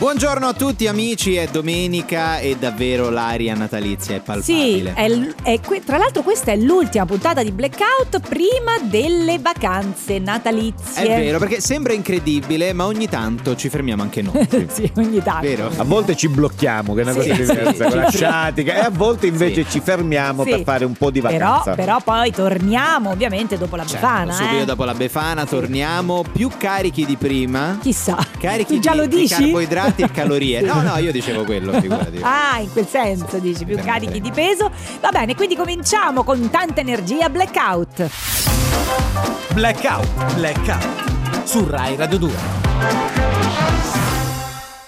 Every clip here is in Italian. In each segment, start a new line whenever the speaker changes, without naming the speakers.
Buongiorno a tutti amici, è domenica e davvero l'aria natalizia è
Sì,
palpabile.
eh, è l- è que- tra l'altro questa è l'ultima puntata di Blackout prima delle vacanze natalizie.
È vero, perché sembra incredibile, ma ogni tanto ci fermiamo anche noi.
sì, ogni tanto.
Vero?
A volte ci blocchiamo, che è una
Sì,
cosa
sì,
diversa,
sì.
con la sciatica, e a volte invece ci fermiamo
Sì.
per fare un po' di
Però,
vacanza.
però poi torniamo ovviamente dopo la
Certo,
befana.
subito
eh.
dopo la Befana torniamo più carichi di prima.
Chissà.
Carichi
tu già
di,
lo
di
dici?
carboidrati e calorie.
Sì.
No, no, io dicevo quello, figurati.
Ah, in quel senso dici, più
Sì,
carichi
sì.
di peso. Va bene, quindi cominciamo con tanta energia blackout.
Blackout, Blackout su Rai Radio 2.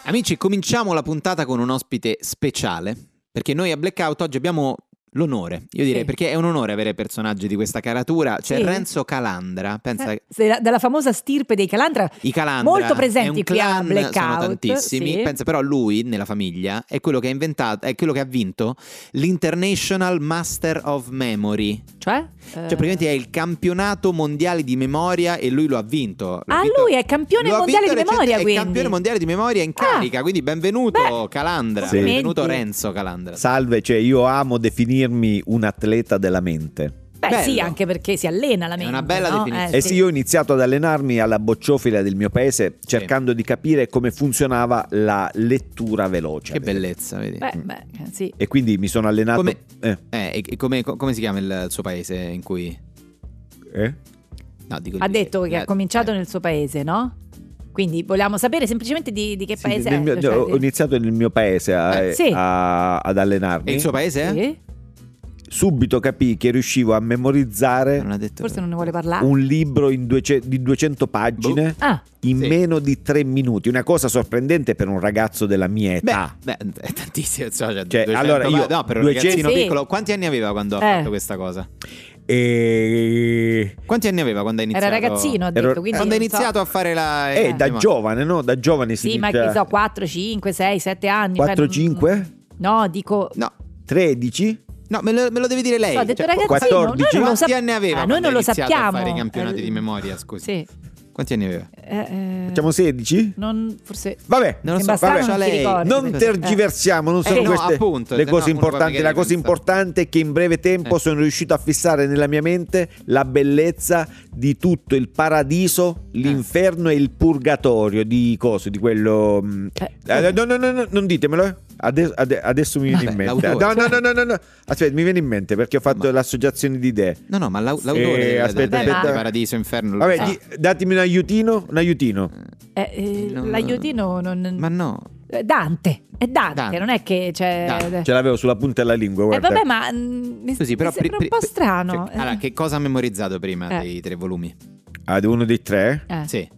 Amici, cominciamo la puntata con un ospite speciale, perché noi a Blackout oggi abbiamo l'onore, io direi,
Sì.
perché è un onore avere personaggi di questa caratura. C'è
Sì.
Renzo Calandra, pensa
Eh, se- dalla famosa stirpe dei Calandra.
I Calandra
Molto
è un
presenti qui a
clan, sono
Blackout,
tantissimi.
sì.
Pensa però lui nella famiglia è quello che ha inventato, è quello che ha vinto l'International Master of Memory.
Cioè?
Cioè praticamente è il campionato mondiale di memoria e lui lo ha vinto. L'ha
Ah,
vinto-
lui è campione
lo ha
mondiale
vinto
di
recent-
memoria,
è
quindi.
campione mondiale di memoria in
Ah.
carica, quindi benvenuto
Beh,
Calandra,
Sì.
benvenuto
complimenti.
Renzo Calandra.
Salve, cioè io amo definirmi un atleta della mente.
Beh, sì,
bello.
anche perché si allena la
È
mente.
una bella
no? Eh,
definizione. Eh, Mm.
E sì, io ho iniziato ad allenarmi alla bocciofila del mio paese cercando di capire come funzionava la lettura veloce.
Che bellezza, vedi? Mm.
Beh, beh, eh, sì.
E quindi mi sono allenato...
Come-
Eh,
Eh, e- e come, co- come si chiama il, il suo paese in cui...
eh?
No, dico il-
Ha detto che
eh,
ha cominciato
eh.
nel suo paese, no? Quindi vogliamo sapere semplicemente di, di che
Sì,
paese
nel
è.
mio-
cioè,
ho
di-
ho iniziato nel mio paese a-
Eh, sì.
a- ad allenarmi.
E il suo paese? è?
Sì?
Subito capii che riuscivo a memorizzare
Non ha detto...
Forse non ne vuole parlare.
un libro in duece- di 200 pagine
Ah,
in
Sì.
meno di 3 minuti. Una cosa sorprendente per un ragazzo della mia
Beh,
età.
beh, è tantissimo. Cioè, cioè,
Ah. Cioè,
200
allora io-
no, per un
200
ragazzino
Sì.
piccolo, quanti anni aveva quando ha
Eh.
fatto questa cosa?
E...
Quanti anni aveva quando ha iniziato?
era ragazzino, ha detto.
Ero-
quindi
Quando ha
non so.
iniziato a fare la.
Eh, da
ma-
giovane, no? Da giovane si
Sì, ma
dice
che so, 4, 5, 6, 7 anni. cioè,
4,
non-
5,
No, dico.
No,
13.
no me, lo, me lo devi dire lei.
No, ha detto
Cioè,
ragazzino,
14.
noi non lo
quanti
sap-
anni aveva?
Ah, noi
quando
non
ha
lo
iniziato
sappiamo.
A fare i campionati
Eh,
di memoria, scusi.
Sì.
Quanti anni aveva?
Eh, eh,
Facciamo 16?
non, forse.
Vabbè.
Non lo
Sembra
so,
strano,
vabbè,
non ti ricordi.
Non
Così.
tergiversiamo, non sono
Eh, no,
queste
appunto,
le
se no
cose
uno poi
importanti.
magari
La cosa
pensa.
importante è che in breve tempo
Eh.
sono riuscito a fissare nella mia mente la bellezza di tutto il paradiso,
Eh.
l'inferno e il purgatorio di cose, di quello... mh,
Eh,
eh, no, no, no, no, non ditemelo. eh. Ades- ade- adesso mi viene
Vabbè,
in mente.
l'autore.
No, no, no, no, no, no. Aspetta, mi viene in mente perché ho fatto
Ma-
l'associazione di idee.
No, no, ma l'au- l'autore del-
Eh, aspetta,
del- del
aspetta.
Paradiso Inferno.
Vabbè,
Eh,
di- datemi un aiutino, un aiutino.
Eh, eh,
Non-
l'aiutino non.
Ma no.
Eh, Dante, è Dante,
Dante.
non è che c'è.
Dante. Cioè,
Ce l'avevo sulla punta della lingua,
Eh,
guarda.
vabbè, ma mm, mi,
Scusi, però
mi sembra
pri-
un po'
pri-
strano.
cioè, allora,
Eh,
che cosa ha memorizzato prima
Eh.
dei tre volumi?
Ad uno dei tre?
eh.
Sì.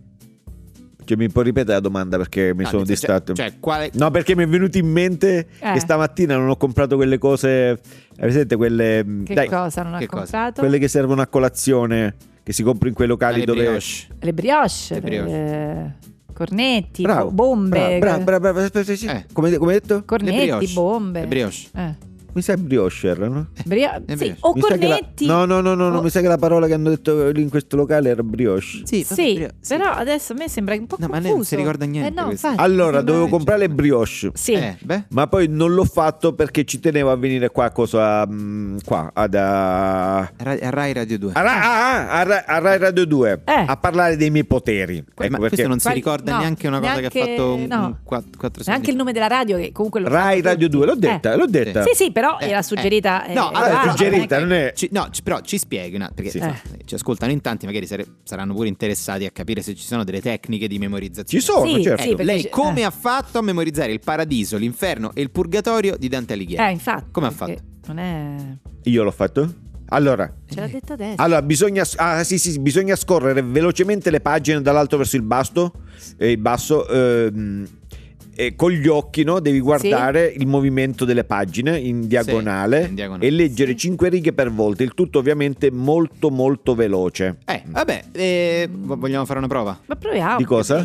Cioè, mi puoi ripetere la domanda perché mi
No,
sono
nel senso, cioè-
distratto.
Cioè, quale.
No, perché mi è venuto in mente
Eh.
che stamattina non ho comprato quelle cose. Hai presente quelle. mh,
Che
dai,
cosa non ha
che cosa?
comprato?
quelle che servono a colazione, che si compra in quei locali
le
dove.
brioche.
Le brioche,
Le brioche.
eh, cornetti,
Bravo,
bo- bombe.
Bravo, bravo, bravo, aspetta, sì, sì.
Eh.
Come, come hai detto?
Le
Cornetti,
brioche.
bombe.
Le brioche.
Eh,
Mi sa brioche, no?
brio-
le
sì,
brioche.
o
Mi sa che la-
cornetti.
No, no, no, no, no,
o-
mi sa che la parola che hanno detto lì in questo locale era brioche.
Sì, vabbè,
Sì,
brioche, sì.
però adesso a me sembra un po'
No, ma lei
confuso.
non si ricorda niente
Eh, no,
questo.
infatti,
Allora,
mi sembra-
dovevo comprare le brioche.
Sì.
Eh, beh.
Ma poi non l'ho fatto perché ci tenevo a venire qua, cosa, mh, qua ad, a-
Ra- a Rai Radio 2.
A, Ra- ah, ah, a Ra- a Rai Radio 2
Eh.
a parlare dei miei poteri.
Eh, ma
Ecco perché
questo non si
Qual-
ricorda
no,
neanche una cosa che ha
neanche-
fatto un,
no.
4, 4
Anche il nome della radio che comunque lo
Rai
sanno
Radio
tutti.
2, l'ho
Eh.
detta, l'ho detta. Ah,
Sì, sì, però
Eh,
era suggerita.
eh.
eh,
No, allora,
Edoardo,
suggerita, non è-
Ci- no, ci- però ci spieghi, no, perché
Sì.
insomma, ci ascoltano in tanti, magari sare- saranno pure interessati a capire se ci sono delle tecniche di
Ci
memorizzazione. Ecco,
sono,
Sì,
certo.
sì, perché-
Lei
ci-
come
eh.
ha fatto a memorizzare il paradiso, l'inferno e il purgatorio di Dante Alighieri?
Eh, infatti.
Come ha
perché
fatto?
Non è...
Io l'ho fatto. Allora,
Ce l'ha detta adesso.
allora bisogna, ah, sì, sì, sì, bisogna scorrere velocemente le pagine dall'alto verso il basso, eh, il basso ehm, e con gli occhi no? devi guardare il movimento delle pagine in diagonale,
in diagonale.
e leggere
Sì.
cinque righe per volta, il tutto ovviamente molto molto veloce.
Eh, vabbè, eh, vo- vogliamo fare una prova?
Ma proviamo.
Di cosa?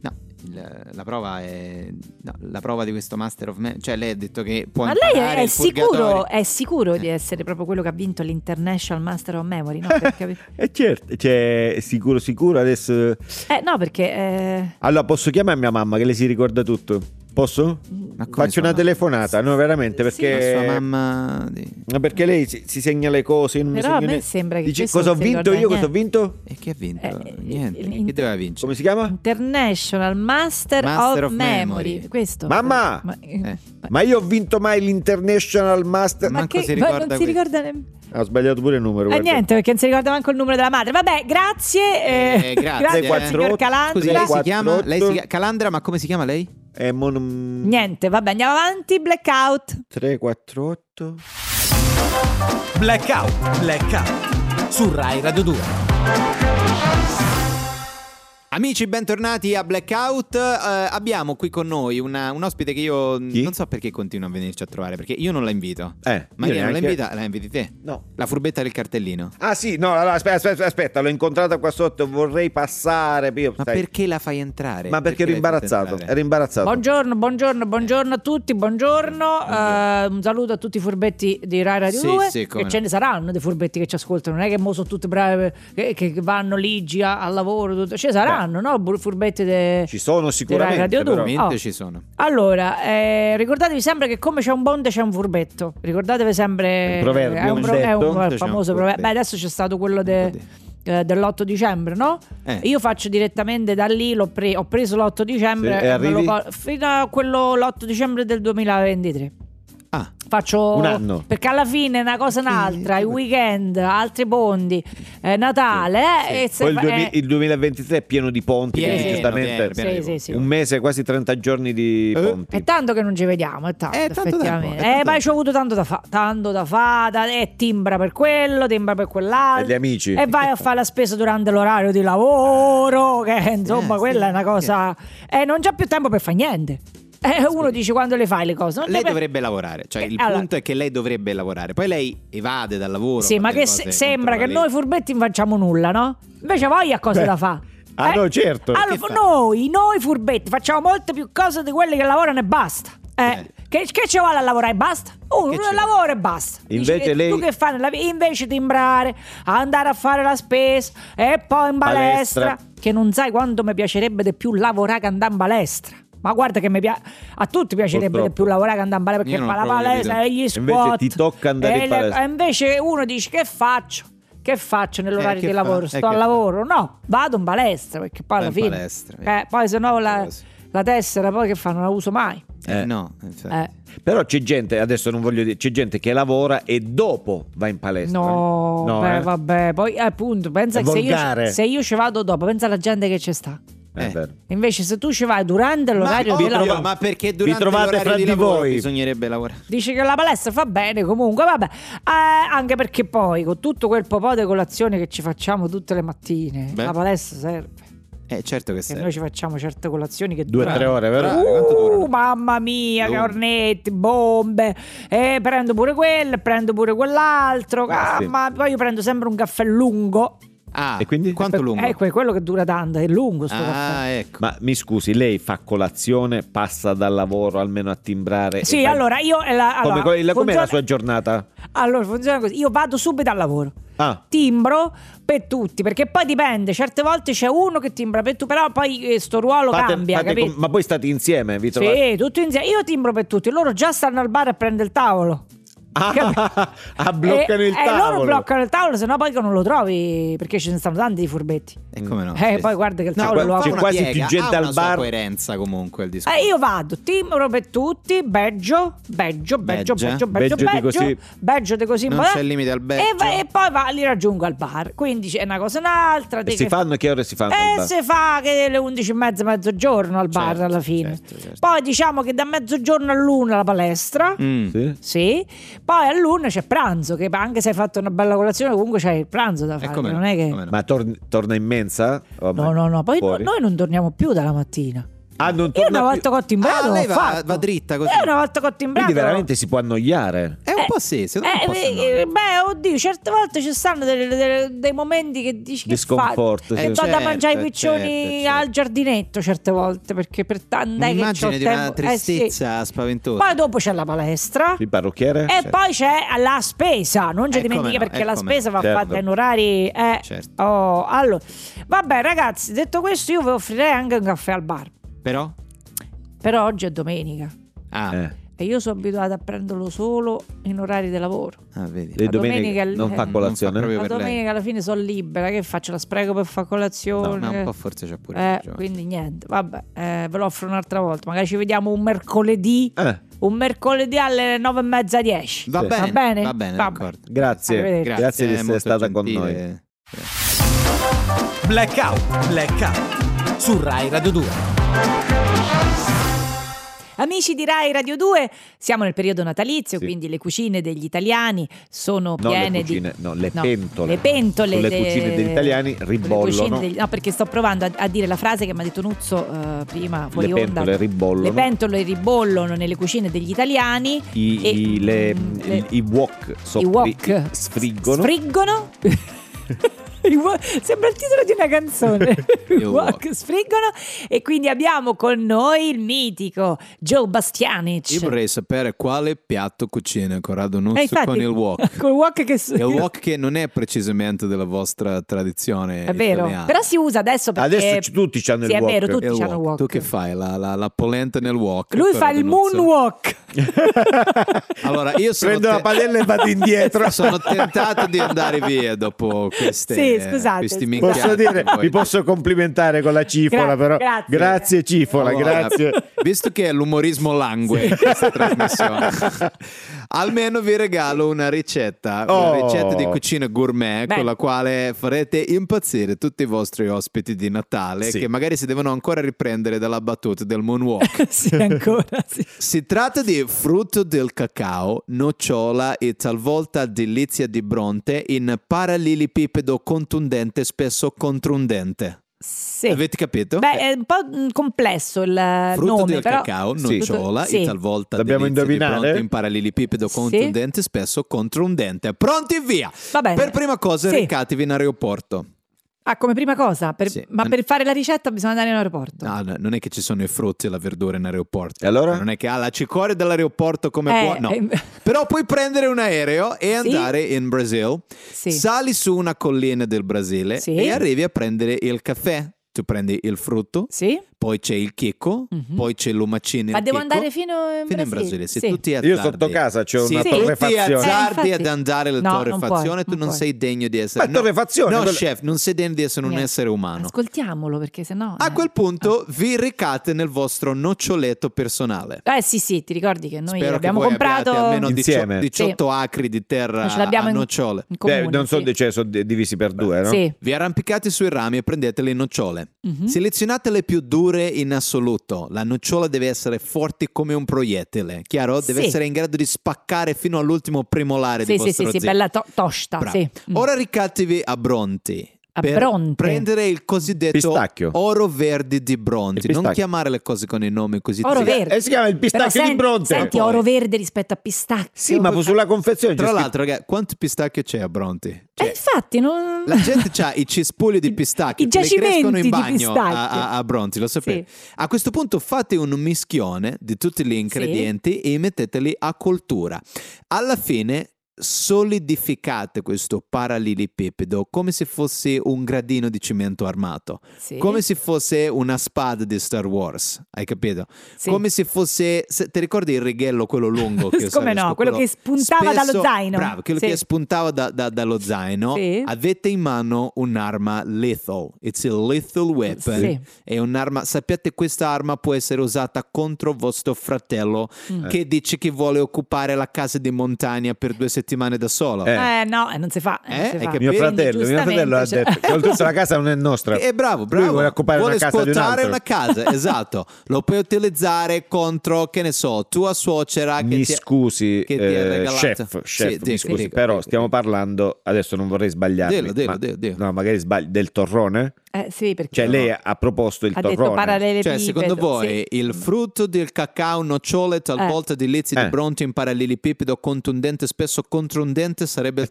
No, il- il- la prova è no, la prova di questo Master of Man, cioè lei ha detto che può
Ma lei
imparare
è, è
il
sicuro,
purgatorio.
è sicuro
Eh.
di essere proprio quello che ha vinto l'International Master of Memory? No, per capi-
E certo, cioè, sicuro, sicuro. Adesso.
eh, no perché... eh,
Allora, posso chiamare mia mamma che lei si ricorda tutto? Posso?
Eh.
Ma come
Faccio
sua
una
mamma?
telefonata, no, veramente,
Sì.
Ma
perché.
sua mamma di-
Ma perché lei si, si segna le cose? Io non
Però a
mi segno
me
ne-
sembra che
Dici,
questo
cosa ho
non si
vinto io?
ricorda
Cosa ho vinto?
e chi ha vinto?
Eh,
Niente,
il-
che doveva vincere?
Come si chiama?
International Master,
Master
of,
of
Memory.
Memory.
Questo.
Mamma!
Ma,
Eh.
Ma io ho vinto mai l'International Master.
Ma- Manco si ricorda
non si
questo.
ricorda nemmeno.
Ah, Ho sbagliato pure il numero.
Eh,
guarda.
niente, perché non si ricorda manco il numero della madre. Vabbè, grazie. eh,
Eh, grazie, eh.
signor
4,
Calandra.
Scusi, lei si
48.
chiama lei si chia- Calandra, ma come si chiama lei?
Eh, mo non-
Niente, vabbè, andiamo avanti. Blackout.
3, 4, 8.
Blackout, blackout su Rai Radio 2.
Amici, bentornati a Blackout. Eh, abbiamo qui con noi una- un ospite che io
Chi?
non so perché continua a venirci a trovare, perché io non la invito.
Eh,
Ma
io
io non la
neanche-
invita, la inviti te.
No.
La furbetta del cartellino.
Ah sì, no, allora, aspetta, aspetta, aspetta, l'ho incontrata qua sotto, vorrei passare. Io,
Ma
sai-
perché la fai entrare?
Ma perché, ero
l'hai fatta
imbarazzato,
entrare?
ero imbarazzato.
Buongiorno, buongiorno, buongiorno a tutti, buongiorno. Eh, un saluto a tutti i furbetti di Rai Radio
Sì,
2.
sì, come
che ce
no.
ne saranno dei furbetti che ci ascoltano, non è che mo sono tutti bravi che, che vanno ligi a- al lavoro, tutto. ce ne saranno, no? Bu- Furbetti de...
Ci sono sicuramente.
Radio
però.
Due.
Veramente
Oh.
ci sono.
Allora, eh, ricordatevi sempre che come c'è un bonde c'è un furbetto. Ricordatevi sempre
Un proverbio,
è un,
un
pro- è un
detto.
C'è un
famoso
furbetto.
proverbio. Beh, adesso c'è stato quello de-
Infatti.
eh, dell'8 dicembre, no?
Eh.
Io faccio direttamente da lì, l'ho pre- ho preso l'8 dicembre
Sì, e
me lo
arrivi?
po- fino a quello l'8 dicembre del 2023.
Ah,
Faccio
Un anno.
perché alla fine una cosa
Perché-
un'altra, i weekend, altri bondi, eh, Natale
Sì.
eh, e se-
Poi il, duemi-
eh,
il 2023 è pieno di ponti,
pieno,
quindi
Pieno,
giustamente
pieno, pieno di
Eh, Sì, sì,
ponti.
sì.
un mese, quasi 30 giorni di
Eh?
ponti.
È tanto che non ci vediamo, è tanto,
Eh, tanto tempo,
effettivamente.
è tanto
eh, ma
tempo.
ci ho avuto tanto da fa, tanto da fa, da- eh, timbra per quello, timbra per
E gli
quell'altro.
amici.
E vai a fare la spesa durante l'orario di lavoro, che insomma
sì,
quella è una cosa... Eh, non c'è più tempo per fare niente. Eh, uno dice quando le fai le cose. non
lei
c'è-
dovrebbe lavorare, cioè
Eh,
il
allora-
punto è che lei dovrebbe lavorare. Poi lei evade dal lavoro.
Sì,
fa
ma
delle
che
cose
se-
contro
sembra
la
che
legge.
noi furbetti non facciamo nulla, no? Invece voi a cose
Beh,
da fare.
ah, no, certo.
Che fa?
Allora, noi, noi furbetti facciamo molte più cose di quelli che lavorano e basta. Eh,
Eh.
Che, che ci vuole a lavorare e basta? Uno
Che ci vuole?
lavora e basta. Dici,
Invece
eh,
lei-
Tu che fai nella vita? Invece timbrare, andare a fare la spesa e poi in palestra.
Palestra.
Che non sai quanto mi piacerebbe di più lavorare che andare in palestra. Ma guarda che mi pia- a tutti piacerebbe di
Purtroppo.
più lavorare che andare in palestra
Io
perché
non
fa la
ho proprio
palestra e
capito.
gli
Invece
squat.
ti tocca andare
e
in
le-
palestra.
e invece uno dice che faccio? Che faccio
Eh,
nell'orario
che
di
fa?
lavoro?
Eh,
Sto
che
al
fa?
lavoro? No, vado in palestra perché poi
Va
alla
in
fine.
palestra,
eh,
eh.
poi se no la,
Cose.
la tessera poi che fa? Non la uso mai.
Eh,
Eh.
no, infatti.
Eh,
Però c'è gente, adesso non voglio dire, c'è gente che lavora e dopo va in palestra.
no,
No,
beh,
eh?
vabbè. Poi eh, appunto, pensa
È
che se io,
volgare.
ci- se io ci vado dopo, pensa alla gente che ci sta.
È
Eh.
vero.
Invece, se tu ci vai durante l'orario
ma,
di
Ah, ovvio,
lavoro,
ma perché
vi
durante
trovate
l'orario
fra
di,
di
lavoro
voi.
bisognerebbe lavorare?
dici che la palestra fa bene. Comunque, vabbè, Eh, anche perché poi con tutto quel popò di colazione che ci facciamo tutte le mattine,
Beh.
la palestra serve.
Eh, certo che
Che
serve.
noi ci facciamo certe colazioni che
Due o
durano.
tre ore, vero?
Bravo. Quanto durano?
Uh, mamma mia, che
Lungo.
ornetti, bombe. E prendo pure quello, prendo pure quell'altro.
Ah,
Ah,
sì.
Ma poi io prendo sempre un caffè lungo.
Ah,
E quindi?
quanto lungo?
Eh, que- quello che dura tanto, è lungo sto
ah,
caffè.
ecco.
Ma mi scusi, lei fa colazione, passa dal lavoro almeno a timbrare. e
Sì,
va-
allora io eh, la,
Come-
allora,
com'è la
funziona-
sua giornata?
Allora funziona così, io vado subito al lavoro.
Ah,
Timbro per tutti, perché poi dipende, certe volte c'è uno che timbra per tu, però poi eh, sto ruolo
fate-
cambia,
fate
capito?
com- ma poi state insieme, vi trovate?
Sì, tutti insieme. Io timbro per tutti, loro già stanno al bar a prendere il tavolo.
Ah, ah, bloccano
e,
il
E
tavolo.
Eh, loro bloccano il tavolo, sennò poi che non lo trovi perché ci ne stanno tanti di furbetti.
E come no?
Eh, poi guarda che il tavolo
qua-
lo ha-
c'è
una
quasi
piega,
più gente
ha
al
una sua
bar. coerenza comunque il discorso.
Eh, io vado, timbro per tutti, beggio, beggio, beggio, beggio,
Beggia.
beggio,
Beggio di
beggio,
così.
beggio di così.
eh? Non
ma-
c'è limite al beggio.
E, va- e poi va, li raggiungo al bar. Quindi c'è una cosa un'altra.
E
dici
si
che-
fanno che ore si fanno? al
E
bar?
si fa che le 11 e mezza, mezzogiorno al bar
Certo,
alla fine.
certo, certo.
Poi diciamo che da mezzogiorno all'una la palestra.
Mm.
Sì?
Sì, poi all'una c'è pranzo, che anche se hai fatto una bella colazione comunque c'è il pranzo da
E
fare,
Eh, come
non
no,
è che...
come no.
Ma tor- torna in mensa? O
No, no, no, poi no-
fuori?
noi non torniamo più dalla mattina.
Ah, non
Io
torna
una volta
più.
cotto in brado
Ah, lei
l'ho
va-
fatto.
va dritta così.
Io una volta cotto in brado
Quindi veramente si può annoiare.
È un
Eh,
po' sì, secondo me è
eh,
un po' sì, no?
eh, beh, oddio, certe volte ci stanno delle- delle- dei momenti che dici che fa.
Disconforto,
Che
sì.
do da
certo,
mangiare i piccioni
certo, certo.
al giardinetto certe volte perché per tante
Un'immagine di una tristezza spaventosa.
Eh, Poi dopo c'è la palestra
Il parrucchiere?
e
Certo.
Sì.
poi c'è la spesa. Non ci
Eh, come
dimentichi
no,
perché
eh,
la
come
spesa
no.
va
Certo.
fatta in orari. eh.
Certo.
Oh, allora. Vabbè, ragazzi, detto questo, io vi offrirei anche un caffè al bar.
Però?
Però oggi è domenica
Ah,
Eh,
e io sono abituata a prenderlo solo in orari di lavoro.
ah, vedi.
le
La domenica
domeniche
il-
non fa
eh,
colazione?
non fa proprio-
La
per lei.
domenica alla fine sono libera, che faccio? La spreco per fare
No,
colazione?
ma un po' forse c'è pure.
Eh,
ragione.
quindi niente, vabbè, eh, ve lo offro un'altra volta. Magari ci vediamo un mercoledì,
Eh,
un mercoledì alle 9 e mezza 10.
Va,
Sì.
bene,
Va bene?
va bene,
Va
d'accordo.
grazie.
Arrivederci.
grazie, di
è
essere
molto
stata con
gentile.
noi.
Blackout, blackout su Rai Radio 2.
Amici di Rai Radio 2, siamo nel periodo natalizio,
Sì.
quindi le cucine degli italiani sono
Non le
piene di
cucine, no, le
No,
pentole.
Le pentole.
Sulle
de-
cucine degli italiani
sulle
ribollono.
cucine degli- No, perché sto provando a, a dire la frase che mi ha detto Nuzzo eh, prima fuori
le
onda.
pentole ribollono.
Le pentole ribollono nelle cucine degli italiani.
I,
e-
i- le-
mm,
i-
le-
i wok, so-
I
i-
wok
sfriggono.
Sfriggono. I wok- Sembra il titolo di una canzone. I
I wok.
wok sfriggono. E quindi abbiamo con noi il mitico Joe Bastianic.
Io vorrei sapere quale piatto cucina Corrado Nuzzo
Cioè Eh, infatti,
con il wok.
Col wok che so
È un
io.
wok che non è precisamente della vostra tradizione
È vero,
italiana.
però si usa adesso perché
Adesso ci- tutti c'hanno
sì,
il
è vero,
wok.
tutti
È il
c'hanno il wok.
Tu che fai? La, la- la polenta nel wok.
Lui fa
Corrado
il
Nuzzo?
moonwalk.
Allora, io sono
Prendo la
te-
padella e vado indietro.
Sono tentato di andare via dopo queste,
Sì, scusate,
questi
scusate.
minchiate
Posso
che
dire,
voi
vi posso complimentare con la cifola,
Gra-
però.
grazie.
cifola,
Allora,
grazie.
Visto che è l'umorismo langue questa trasmissione, almeno vi regalo una ricetta, una
Oh.
ricetta di cucina gourmet
Beh.
con la quale farete impazzire tutti i vostri ospiti di Natale
Sì.
che magari si devono ancora riprendere dalla battuta del moonwalk.
sì, ancora sì.
Si tratta di frutto del cacao, nocciola e talvolta delizia di bronte in parallelepipedo contundente, spesso controndente.
Sì.
Avete capito? Eh.
Beh, è un po' mh, complesso il
Frutto
Eh, nome,
del
però
cacao,
Sì.
nocciola
Sì.
e talvolta
Dobbiamo
delizia di
indovinare?
bronte in parallelepipedo
Sì.
contundente, spesso controndente. Pronti via!
Va bene.
Per prima cosa
Sì.
recatevi in aeroporto.
Ah, come prima cosa, per-
Sì.
ma
Ma-
per fare la ricetta bisogna andare in aeroporto.
No, no, non è che ci sono i frutti e la verdura in aeroporto.
E allora?
Non è che ah, la cicoria dell'aeroporto come
Eh,
può. No.
eh,
Però puoi prendere un aereo e andare in Brasile.
Sì.
Sali su una collina del Brasile
Sì.
e arrivi a prendere il caffè. Tu prendi il frutto,
Sì?
poi c'è il chicco,
Mhm.
poi c'è l'omacino.
Ma
il
devo
chicco,
andare fino in
fino in Brasile.
Brasile?
Se
Sì.
tu ti
Io
azzardi-
sotto casa c'è
Se
una
Sì.
Tu ti
torrefazione.
azzar-
azzardi
Eh,
ad
infatti.
andare alla
No, non
torrefazione,
puoi,
tu
non
non
puoi.
sei degno di essere.
Ma torrefazione?
No,
quella-
chef, non sei degno di essere un
Niente.
essere umano.
Ascoltiamolo perché sennò
Ah, A
eh.
quel punto vi ricate nel vostro noccioletto personale.
Eh sì, sì, ti ricordi che noi
Spero che
abbiamo
voi
comprato
abbiate almeno
Insieme.
18, 18 acri di terra
Ma ce l'abbiamo
a
in-
nocciole.
in
Beh,
comune,
non so,
sì.
cioè, sono di- divisi per due, no?
Sì.
Vi arrampicate sui rami e prendete le nocciole.
Mhm.
Selezionate le più dure in assoluto. La nocciola deve essere forte come un proiettile, chiaro? Deve
Sì.
essere in grado di spaccare fino all'ultimo premolare
Sì,
di
sì,
vostro
sì, sì,
zecco.
bella to- tosta,
Bravo.
sì. Mm.
Ora ricatevi a Bronte.
A
per
Bronte.
prendere il cosiddetto
Pistacchio.
oro verde di Bronte.
Il
Non
pistacchio.
chiamare le cose con i nomi così zia-
Oro verde.
Eh, si chiama il pistacchio
Però
di
sen-
Bronte.
Senti,
Poi.
oro verde rispetto a pistacchio.
Sì, ma sulla confezione c'è
Tra
scritto-
l'altro, ragazzi, quanto pistacchio c'è a Bronte?
Eh,
Cioè,
infatti, non...
La gente ha i cespugli di pistacchi
I
che le crescono
giacimenti
in
di
bagno
pistacchi.
a, a- a Bronte, lo sapete. A questo punto fate un mischione di tutti gli ingredienti e metteteli a coltura. Alla fine solidificate questo parallelepipedo come se fosse un gradino di cemento armato,
Sì,
come se fosse una spada di Star Wars, hai capito?
sì.
Come se fosse, se- ti ricordi il righello quello lungo? Che usava
Come no,
Scopolo?
quello che spuntava dallo zaino.
Bravo, quello
Sì.
che spuntava da- da- dallo zaino.
Sì.
Avete in mano un'arma lethal. It's a lethal weapon.
Sì.
È un'arma, sappiate, questa arma può essere usata contro vostro fratello
Mm.
che dice che vuole occupare la casa di montagna per due settimane da solo.
Eh.
Eh, no, eh, non si fa. eh, non
Eh,
si
è
fa.
che
Mio
Quindi,
fratello, mio fratello ha
giustamente, Eh,
detto che oltretutto la casa non è nostra.
E cioè, Eh, bravo, bravo.
Lui vuole occupare
Vuole
una casa di un
squattare
altro.
una casa, esatto. Lo puoi utilizzare contro, che ne so, tua suocera Ah, che
Mi
ti-
scusi,
che ti ha
eh,
regalato-
chef, chef,
Sì,
mi
dica,
scusi,
dica,
però
dica,
stiamo
dica.
parlando, adesso non vorrei sbagliarmi,
Dillo, dillo,
ma-
dillo, dillo.
no, magari sbaglio, del torrone?
Eh, sì, perché
Cioè, lei ha proposto il
ha detto
torrone.
parallele
Cioè, secondo voi il frutto del cacao nocciole talvolta di lezzi
Eh.
di bronte in parallelepipedo contundente, spesso controundente sarebbe il
È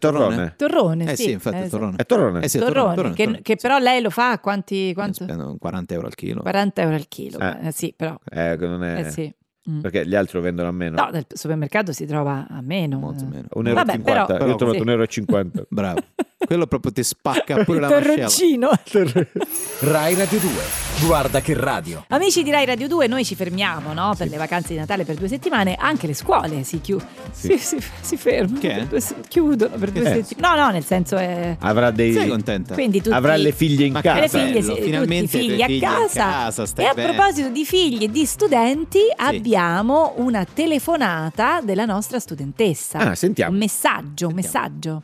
torrone?
torrone.
Torrone,
Eh sì, infatti, il torrone.
È torrone.
Eh sì,
Torrone,
il torrone, torrone,
che,
torrone.
che però lei lo fa a quanti? Quanto?
Eh, Spendo 40 euro al chilo.
40 euro al chilo.
Eh.
Eh, sì, però.
Eh, che non è...
eh, sì. Mm.
Perché gli altri lo vendono a meno.
No, nel supermercato si trova a meno. eh.
Molto meno.
Un euro e
Vabbè,
50.
però-
Io ho trovato
Sì.
un euro e 50.
Bravo. Quello proprio ti spacca pure
Il
la mascella.
torroncino.
Rai Radio 2, guarda che radio.
Amici di Rai Radio 2, noi ci fermiamo no? per le vacanze di Natale per due settimane, anche le scuole si, chiu-
Sì.
si, si- si fermano,
Che?
per due se- chiudono per due
Eh.
settimane. No, no, nel senso è...
Avrà dei...
Sei contenta?
Quindi tutti,
Avrà le figlie in
Ma
Ah,
che
le
casa. Eh,
figlie,
bello,
sì, tutti
finalmente
figli
dei
a
figli in
casa.
casa, stai
e a
bene.
proposito di figli e di studenti, abbiamo una telefonata della nostra studentessa.
Ah,
un
sentiamo.
messaggio, un messaggio.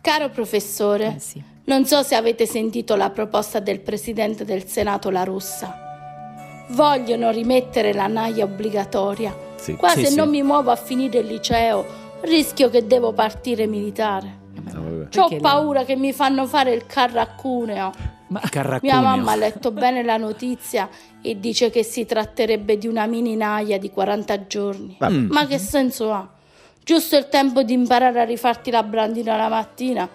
Caro professore,
Eh, sì.
non so se avete sentito la proposta del presidente del Senato La Russa. Vogliono rimettere la naia obbligatoria.
Sì.
Qua
Sì,
se
sì.
non mi muovo a finire il liceo, rischio che devo partire militare.
Ah, vabbè.
C'ho
Perché lei-
paura che mi fanno fare il carracuneo.
Ma-
Mia
Carracuneo.
mamma ha letto bene la notizia e dice che si tratterebbe di una mini naia di 40 giorni.
Vabbè.
Mm.
Ma che
Mm-hmm.
senso ha? Giusto il tempo di imparare a rifarti la brandina la mattina,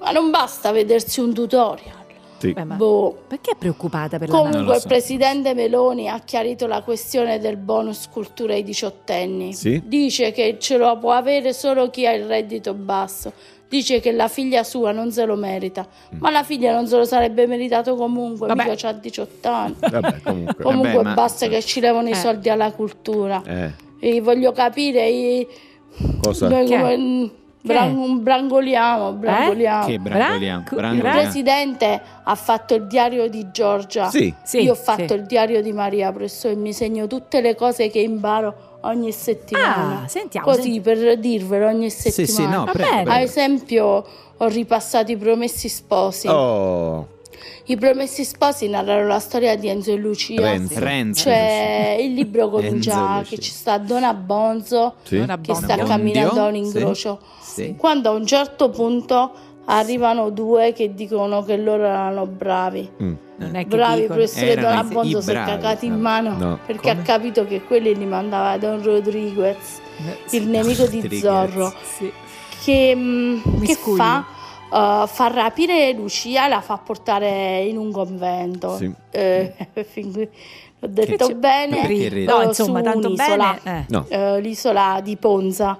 ma non basta vedersi un tutorial.
Sì.
Beh, Eh, ma
Boh.
perché è preoccupata per la
Comunque
lo
il
so.
presidente Meloni ha chiarito la questione del bonus cultura ai diciottenni.
Sì.
Dice che ce lo può avere solo chi ha il reddito basso. Dice che la figlia sua non se lo merita, ma la figlia non se lo sarebbe meritato comunque,
Mm. Vabbè.
mica c'ha 18 anni.
Vabbè, comunque.
Comunque
Vabbè, ma-
basta che ci levano
Eh.
i soldi alla cultura.
Eh,
E voglio capire, i-
cosa?
noi
Che è? Eh?
come- bran- brangoliamo, brangoliamo.
Che brangoliamo,
Branco-
Il
brangoliamo.
presidente ha fatto il diario di Giorgia.
Sì.
Sì,
Io ho fatto
sì.
il diario di Maria, professore, e mi segno tutte le cose che imparo ogni settimana.
Ah, sentiamo.
Così
sentiamo.
per dirvelo ogni
Sì,
settimana.
sì, no,
Vabbè,
prego,
dai.
Ad
prego.
esempio, ho ripassato i promessi sposi.
Oh,
I promessi sposi narrano la storia di Enzo e Lucia.
Renzi.
Renzi.
Cioè, il libro
Enzo e
comincia
Lucia.
che ci sta Dona Bonzo
sì.
Non
che
abbonda.
sta
Bondio,
camminando a un
sì.
incrocio.
Sì.
Quando a un certo punto arrivano due che dicono che loro erano bravi.
Mm,
Non è Eh, che
Bravi,
dicono.
professore
Erano i-
Donabondo
i
si è
bravi,
cagato in
no.
mano
No.
perché
Come?
ha capito che quelli li mandava Don Rodriguez,
Eh,
il nemico di
Rodriguez.
Zorro,
Sì.
che, mm,
Mi
che
scugli.
fa? Uh, fa rapire Lucia e la fa portare in un convento.
Sì.
Eh, fin qui l'ho detto
Che-
bene.
Perché ridi?
No,
Eh,
insomma,
su
tanto
un'isola.
bene. eh.
No.
eh, l'isola di Ponza,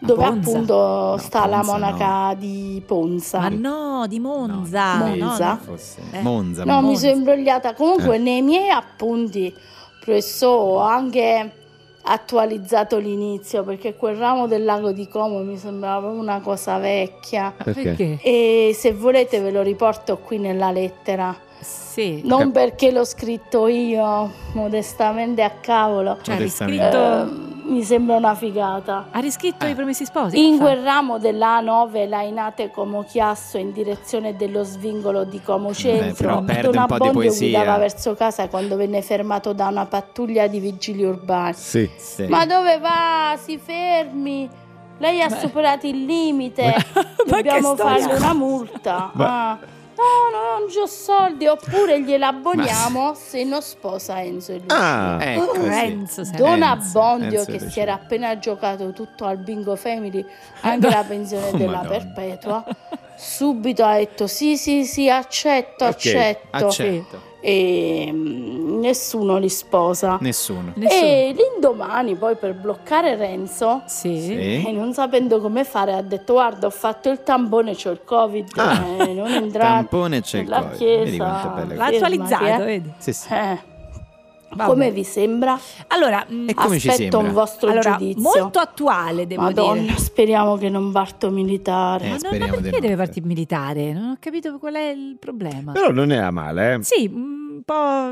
dove
Ponza?
appunto
No, Ah,
sta la
Ponza
monaca di Ponza.
Ma no, di Monza.
No,
no, no.
Monza.
Forse.
Eh.
Monza.
No,
Monza.
mi sono imbrogliata.
Eh.
Comunque, nei miei appunti, professore, ho anche attualizzato l'inizio perché quel ramo del lago di Como mi sembrava una cosa vecchia.
Perché?
Perché?
E se volete ve lo riporto qui nella lettera.
Sì.
Non perché l'ho scritto io, modestamente a cavolo.
Cioè, ha
Modestamente.
Eh,
riscritto,
mi sembra una figata.
ha riscritto i promessi sposi.
In
fa?
quel ramo della A9 Lainate Como Chiasso in direzione dello svingolo di Como
però
Centro,
perde
Don
un po' di
Abbondio
poesia.
guidava verso casa quando venne fermato da una pattuglia di vigili urbani.
Sì.
Sì.
Ma dove va? Si fermi! Lei ha superato il limite,
Ma che
dobbiamo
storia.
farle una multa. Ah. No, no, non ho soldi, oppure gliela abboniamo se non sposa Enzo e Lucia.
Ah,
Eh,
Ecco, sì.
Renzo, sempre.
Don
Enzo, Enzo
Abbondio
e
che
Lucia.
si era appena giocato tutto al bingo family, anche la pensione
Oh,
della
Madonna.
perpetua, subito ha detto sì sì sì accetto,
Ok,
accetto.
Accetto.
E mm, nessuno li sposa.
Nessuno.
Nessuno.
E l'indomani poi per bloccare Renzo,
Sì.
e
Sì.
non sapendo come fare, ha detto guarda ho fatto il tampone, c'ho il covid,
Ah.
eh, non entrare
Tampone c'è il
nella
Covid. Vedi quante
chiesa.
belle
L'ha
cose.
attualizzato,
fermati, eh.
vedi.
Sì, sì.
Eh,
Vabbè.
Come vi sembra?
Allora, mh,
E come ci
Aspetto un
sembra?
vostro
allora,
giudizio.
molto attuale, devo
Madonna,
dire.
speriamo che non parto militare.
Eh,
Ma, non- ma
speriamo di
perché
no.
deve partire militare? Non ho capito qual è il problema.
Però non era male, eh.
Sì, mm, un po'. ah,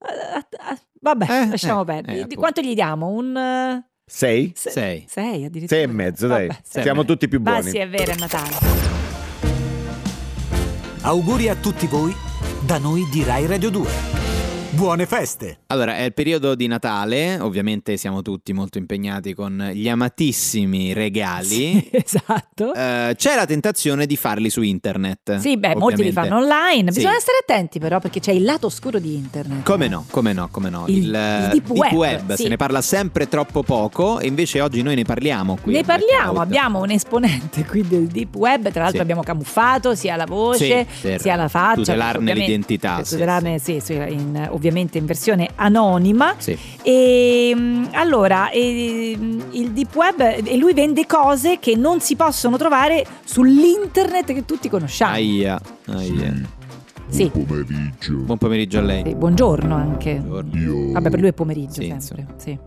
ah, Vabbè,
Eh,
lasciamo
eh, eh,
perdere. Di-
appunto.
quanto gli diamo? Un
Sei?
6.
6 addirittura.
6 e mezzo, dai.
Vabbè, sei e
Siamo
mezzo.
tutti più
Ma
buoni.
sì, è vero, è Natale.
Auguri a tutti voi da noi di Rai Radio 2. Buone feste!
Allora, è il periodo di Natale, ovviamente siamo tutti molto impegnati con gli amatissimi regali.
esatto.
Eh, c'è la tentazione di farli su internet.
Sì, beh, molti li
ovviamente.
fanno online.
Sì.
Bisogna stare attenti però perché c'è il lato oscuro di internet.
Come no, come no, come no. eh,
Il- il deep web, sì.
se ne parla sempre troppo poco e invece oggi noi ne parliamo qui. eh,
ne
in Black
parliamo,
Out.
abbiamo un esponente qui del deep web, tra l'altro
Sì.
abbiamo camuffato sia la voce,
Sì, per
sia la faccia.
tutelarne
ovviamente-
l'identità,
per
sì,
tutelarne, sì, sì, in- ovviamente in versione anonima.
Sì.
E mm, allora e, mm, il deep web e lui vende cose che non si possono trovare sull'internet che tutti conosciamo.
Aia, aia.
Sì.
Buon pomeriggio.
Buon pomeriggio a lei.
Sì, Buongiorno anche.
Buongiorno.
Io,
Vabbè, per lui è pomeriggio
Sì,
sempre. Sì.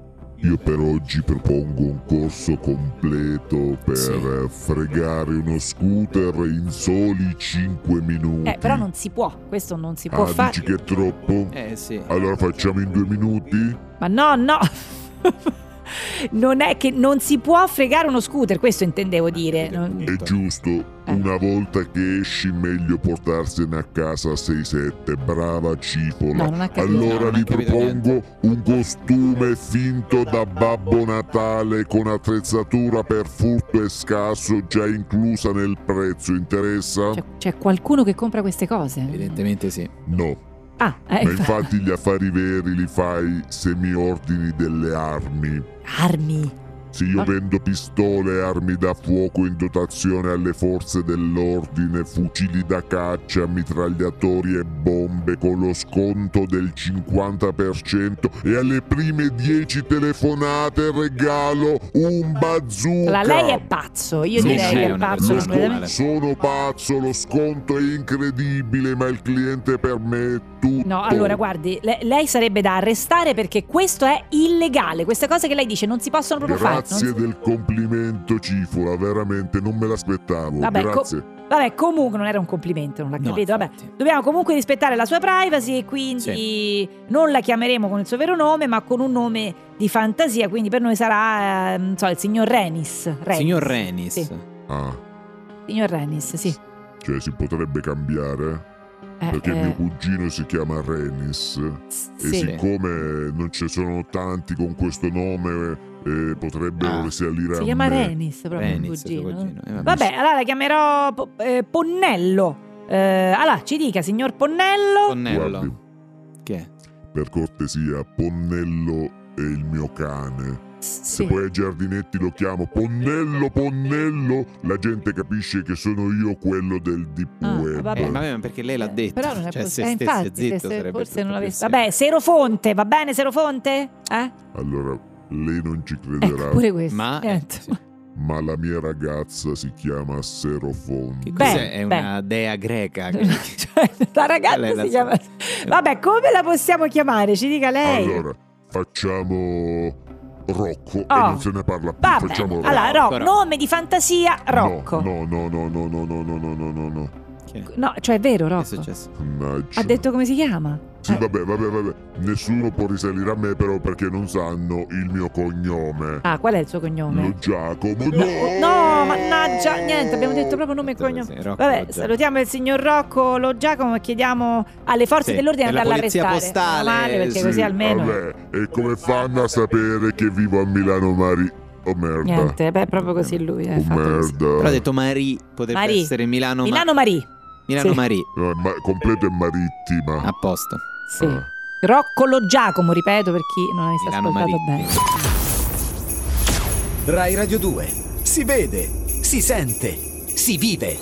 io per oggi propongo un corso completo per
Sì.
eh, fregare uno scooter in soli 5 minuti.
Eh, però non si può, questo non si può
Mm. ah,
fare.
dici che è troppo?
Eh sì.
Allora facciamo in due minuti?
Ma no, no. Non è che non si può fregare uno scooter, questo intendevo dire. Non-
È giusto,
Eh.
una volta che esci meglio portarsene a casa 6-7, brava cipola.
No, non ha capito.
allora
No, non ha
vi
capito
propongo un costume finto da Babbo Natale con attrezzatura per furto e scasso già inclusa nel prezzo, interessa?
C'è, c'è qualcuno che compra queste cose?
Evidentemente sì.
No,
Ah, eh,
ma infatti gli affari veri li fai se mi ordini delle armi.
armi.
Sì, io
Ah.
vendo pistole, armi da fuoco in dotazione alle forze dell'ordine, fucili da caccia, mitragliatori e bombe con lo sconto del 50% e alle prime 10 telefonate regalo un bazooka.
Allora, lei è pazzo, io
Sì,
direi
sì,
che
è
è
una
pazzo
Lo
persona
scon-
completamente.
normale.
sono pazzo, lo sconto è incredibile, ma il cliente per me è tutto.
No, allora guardi, le- lei sarebbe da arrestare perché questo è illegale. Queste cose che lei dice non si possono proprio fare.
Grazie
non si-
del complimento, Cifola, veramente non me l'aspettavo.
Vabbè, co-
Grazie.
Vabbè, comunque non era un complimento, non l'ha
No,
capito. Vabbè,
infatti.
dobbiamo comunque rispettare la sua privacy e quindi non la chiameremo con il suo vero nome, ma con un nome di fantasia, quindi per noi sarà, eh, non so, il signor Renis. Renis.
Signor Renis.
Sì,
Ah.
signor Renis, sì.
Cioè si potrebbe cambiare?
Eh,
Perché
eh,
mio cugino si chiama Renis
s-
e
sì.
siccome non ci sono tanti con questo nome eh, potrebbero
Ah.
salire
Si
a
chiama
me.
Renis, proprio il
Renis,
cugino.
suo cugino. Eh, vabbè.
Vabbè, allora la chiamerò Po- eh, Ponnello. Eh, allora, ci dica, signor Ponnello.
Guardi.
Tonnello. Che è?
Per cortesia, Ponnello è il mio cane. Se
sì.
poi ai giardinetti lo chiamo Ponnello, Ponnello, la gente capisce che sono io quello del deep
Ah,
web.
vabbè.
Eh, vabbè, ma perché lei l'ha
Eh,
detto.
Però non è
cioè,
possi-
se
eh,
stesse
infatti,
zitto
se-
sarebbe
forse
tutto
non
più
l'avesse.
semplice.
Vabbè, Serofonte, va bene Serofonte? Eh?
Allora, lei non ci crederà,
Ecco, pure questo.
Ma eh,
Niente.
sì.
ma la mia ragazza si chiama Serofonte.
che
Beh,
cos'è? È una dea greca. che-
Cioè, la
Quella
ragazza
è la
si chiama... Vabbè, come la possiamo chiamare? Ci dica lei.
Allora, facciamo Rocco e
Oh.
non se ne parla più.
va bene.
facciamo Rocco.
Allora,
Rocco,
Rocco,
Rocco.
nome di fantasia Rocco.
No, no, no, no, no, no, no, no, no, no, no.
Che è?
No, cioè è vero
Che è
Rocco.
successo?
Mannaggia.
Ha detto come si chiama?
Sì, vabbè, vabbè, vabbè. Nessuno può risalire a me però perché non sanno il mio cognome.
Ah, qual è il suo cognome?
Lo Giacomo.
No,
No,
no, mannaggia, niente, abbiamo detto proprio nome e
Detto così,
cognome.
Rocco
Vabbè,
Lo Giacomo.
salutiamo il signor Rocco Lo Giacomo e chiediamo alle forze
Sì,
dell'ordine di
della
andarla a
polizia
arrestare.
postale,
Meno male, perché
sì,
così almeno
Vabbè, e come fanno a sapere che vivo a Milano Mari? Oh merda.
niente, eh, beh, proprio così lui è
Oh
fatto così.
merda.
Però ha detto Marie, potrebbe
Marie.
essere Milano, Ma-
Milano Marì.
Milano
sì.
Marie.
Eh, ma- completo e marittima.
A posto.
Sì.
Ah.
Rocco Lo Giacomo, ripeto per chi non avesse
Milano
ascoltato
Marie. Eh,
bene.
Rai Radio 2. Si vede, si sente, si vive.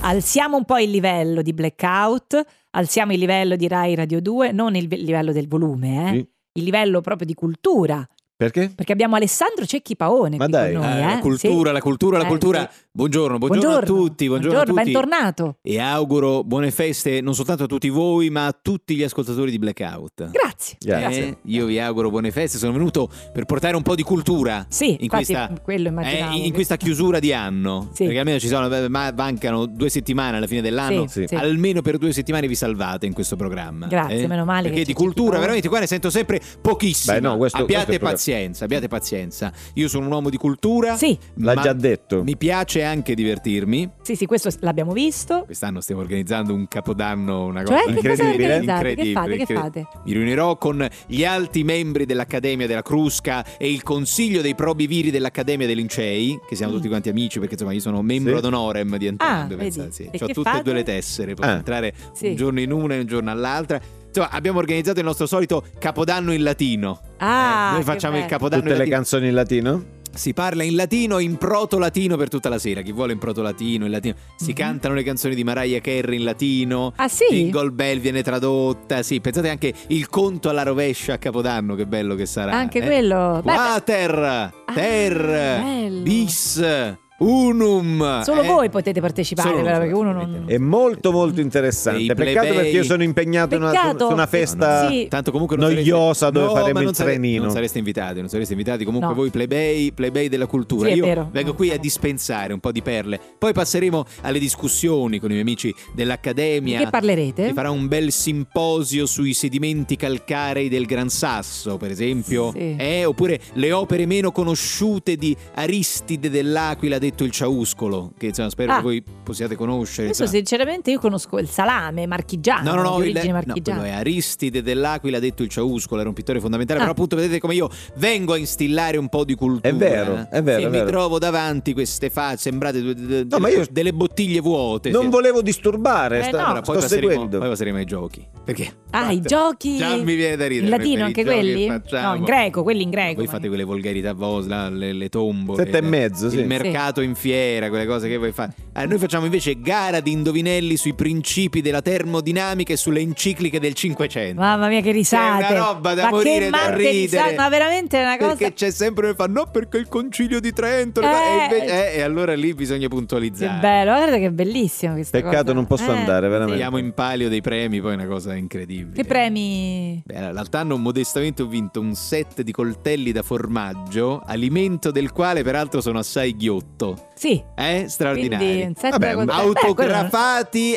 Alziamo un po' il livello di blackout, alziamo il livello di Rai Radio 2, non il livello del volume, eh,
Sì.
il livello proprio di cultura,
Perché?
perché abbiamo Alessandro Cecchi Paone
Ma
qui
dai.
con noi,
Eh,
eh,
la cultura,
sì.
la cultura, la
Eh,
cultura.
sì.
Buongiorno, buongiorno, a tutti, buongiorno, a tutti.
bentornato.
E auguro buone feste non soltanto a tutti voi, ma a tutti gli ascoltatori di Blackout.
Grazie.
Grazie.
Ah. Eh, io vi auguro buone feste, sono venuto per portare un po' di cultura
Sì,
in
infatti
questa,
quello
eh,
immaginavo.
in questa chiusura di anno.
Sì.
Perché almeno ci sono, ma- mancano due settimane alla fine dell'anno.
Sì, sì.
Almeno per due settimane vi salvate in questo programma.
Grazie,
eh?
meno male
Perché
che
di
c'è chi
cultura,
fa-
veramente qua ne sento sempre pochissimo.
Beh, no, questo-
Abbiate
questo è proprio-
pazienza, abbiate pazienza. Io sono un uomo di cultura.
Sì,
L'ha
ma
già detto.
Mi piace anche divertirmi.
sì, sì, questo l'abbiamo visto.
Quest'anno stiamo organizzando un capodanno, una cosa
Cioè, che cosa
Incredibile.
organizzate? Che
Incredibile,
fate? Che
incredibile.
fate?
Mi riunirò con gli alti membri dell'Accademia della Crusca e il consiglio dei probi viri dell'Accademia dei Lincei, che siamo tutti quanti amici perché insomma io sono membro
Sì.
ad honorem di entrambe,
Mm. Ah,
pensate,
vedi.
sì.
E
Ho
che
tutte e
fate?
due le tessere, posso
Ah.
entrare un
Sì.
giorno in una e un giorno all'altra. Insomma, abbiamo organizzato il nostro solito capodanno in latino.
Ah,
Eh, noi
che
facciamo il
bello.
capodanno
Tutte
in
le
latino.
canzoni in latino?
Si parla in latino, in proto-latino per tutta la sera. Chi vuole in proto-latino, in latino. Si cantano le canzoni di Mariah Carey in latino.
Mm-hmm. Ah, sì?
Jingle Bell viene tradotta. Sì, pensate anche il conto alla rovescia a Capodanno, che bello che sarà.
Anche
eh.
quello. Beh, Ah,
Quater, ter,
bello.
bis, unum.
Solo
eh.
voi potete partecipare,
Solo
però,
noi,
perché uno non...
evidentemente.
È molto molto
Dei
interessante. Peccato
plebei.
perché io sono impegnato in una-
Peccato.
su una festa.
Sì.
Tanto comunque non sareste-
Noiosa dove faremo
ma
il
non sare-
trenino.
Non sareste invitati, non sareste invitati. Comunque
No.
voi plebei, plebei della cultura.
Sì, è
Io
vero.
vengo
No,
qui a
siamo-
dispensare un po' di perle. Poi passeremo alle discussioni con i miei amici
Di
dell'Accademia.
che parlerete?
Si farà un bel simposio sui sedimenti calcarei del Gran Sasso, per esempio,
Sì.
Eh, oppure le opere meno conosciute di Aristide dell'Aquila, detto il Ciauscolo, che insomma, spero
Ah.
che voi possiate conoscere.
Adesso
insomma.
sinceramente io conosco il salame marchigiano,
No, no, no,
Ah, di
il-
origine
no,
marchigiana.
quello è Aristide dell'Aquila, detto il Ciauscolo, era un pittore fondamentale,
Ah.
però appunto vedete come io vengo a instillare un po' di cultura.
È vero, è vero,
E
è
mi
vero.
trovo davanti queste facce, sembrate due- due-
No, ma io-
delle bottiglie vuote.
Non
sì.
volevo disturbare,
Eh,
sta-
no.
Allora, poi
sto
passeremo,
seguendo.
poi passeremo ai giochi. Perché?
Ah, i
Guarda,
giochi...
Già mi viene da ridere.
In
perché
latino
i
anche
giochi
quelli?
che facciamo-
No, in greco, quelli in
No,
greco.
Voi
ma-
fate quelle volgarità vostre, là, le, le tombole.
Sette e mezzo, sì.
Il mercato in fiera, quelle cose che voi fate. Eh, noi facciamo invece gara di indovinelli sui principi della termodinamica e sulle encicliche del Cinquecento.
Mamma mia che risate.
Che è una roba da
ma
morire da
che matte
ridere.
risate, ma veramente è una cosa...
Perché c'è sempre il fa no perché il concilio di Trento le
Eh.
fa-" e, invece- eh, e allora lì bisogna
Che
puntualizzare.
bello, guarda che bellissimo questa
Peccato
cosa.
non posso
Eh,
andare, veramente.
Andiamo in palio dei premi, poi è una cosa incredibile.
Che premi...
Beh, allora, l'alt'anno modestamente ho vinto un set di coltelli da formaggio, alimento del quale peraltro sono assai ghiotto.
Sì,
Eh?
quindi
Straordinario.
un set
Vabbè,
da col- Beh, quello non-
Autografati,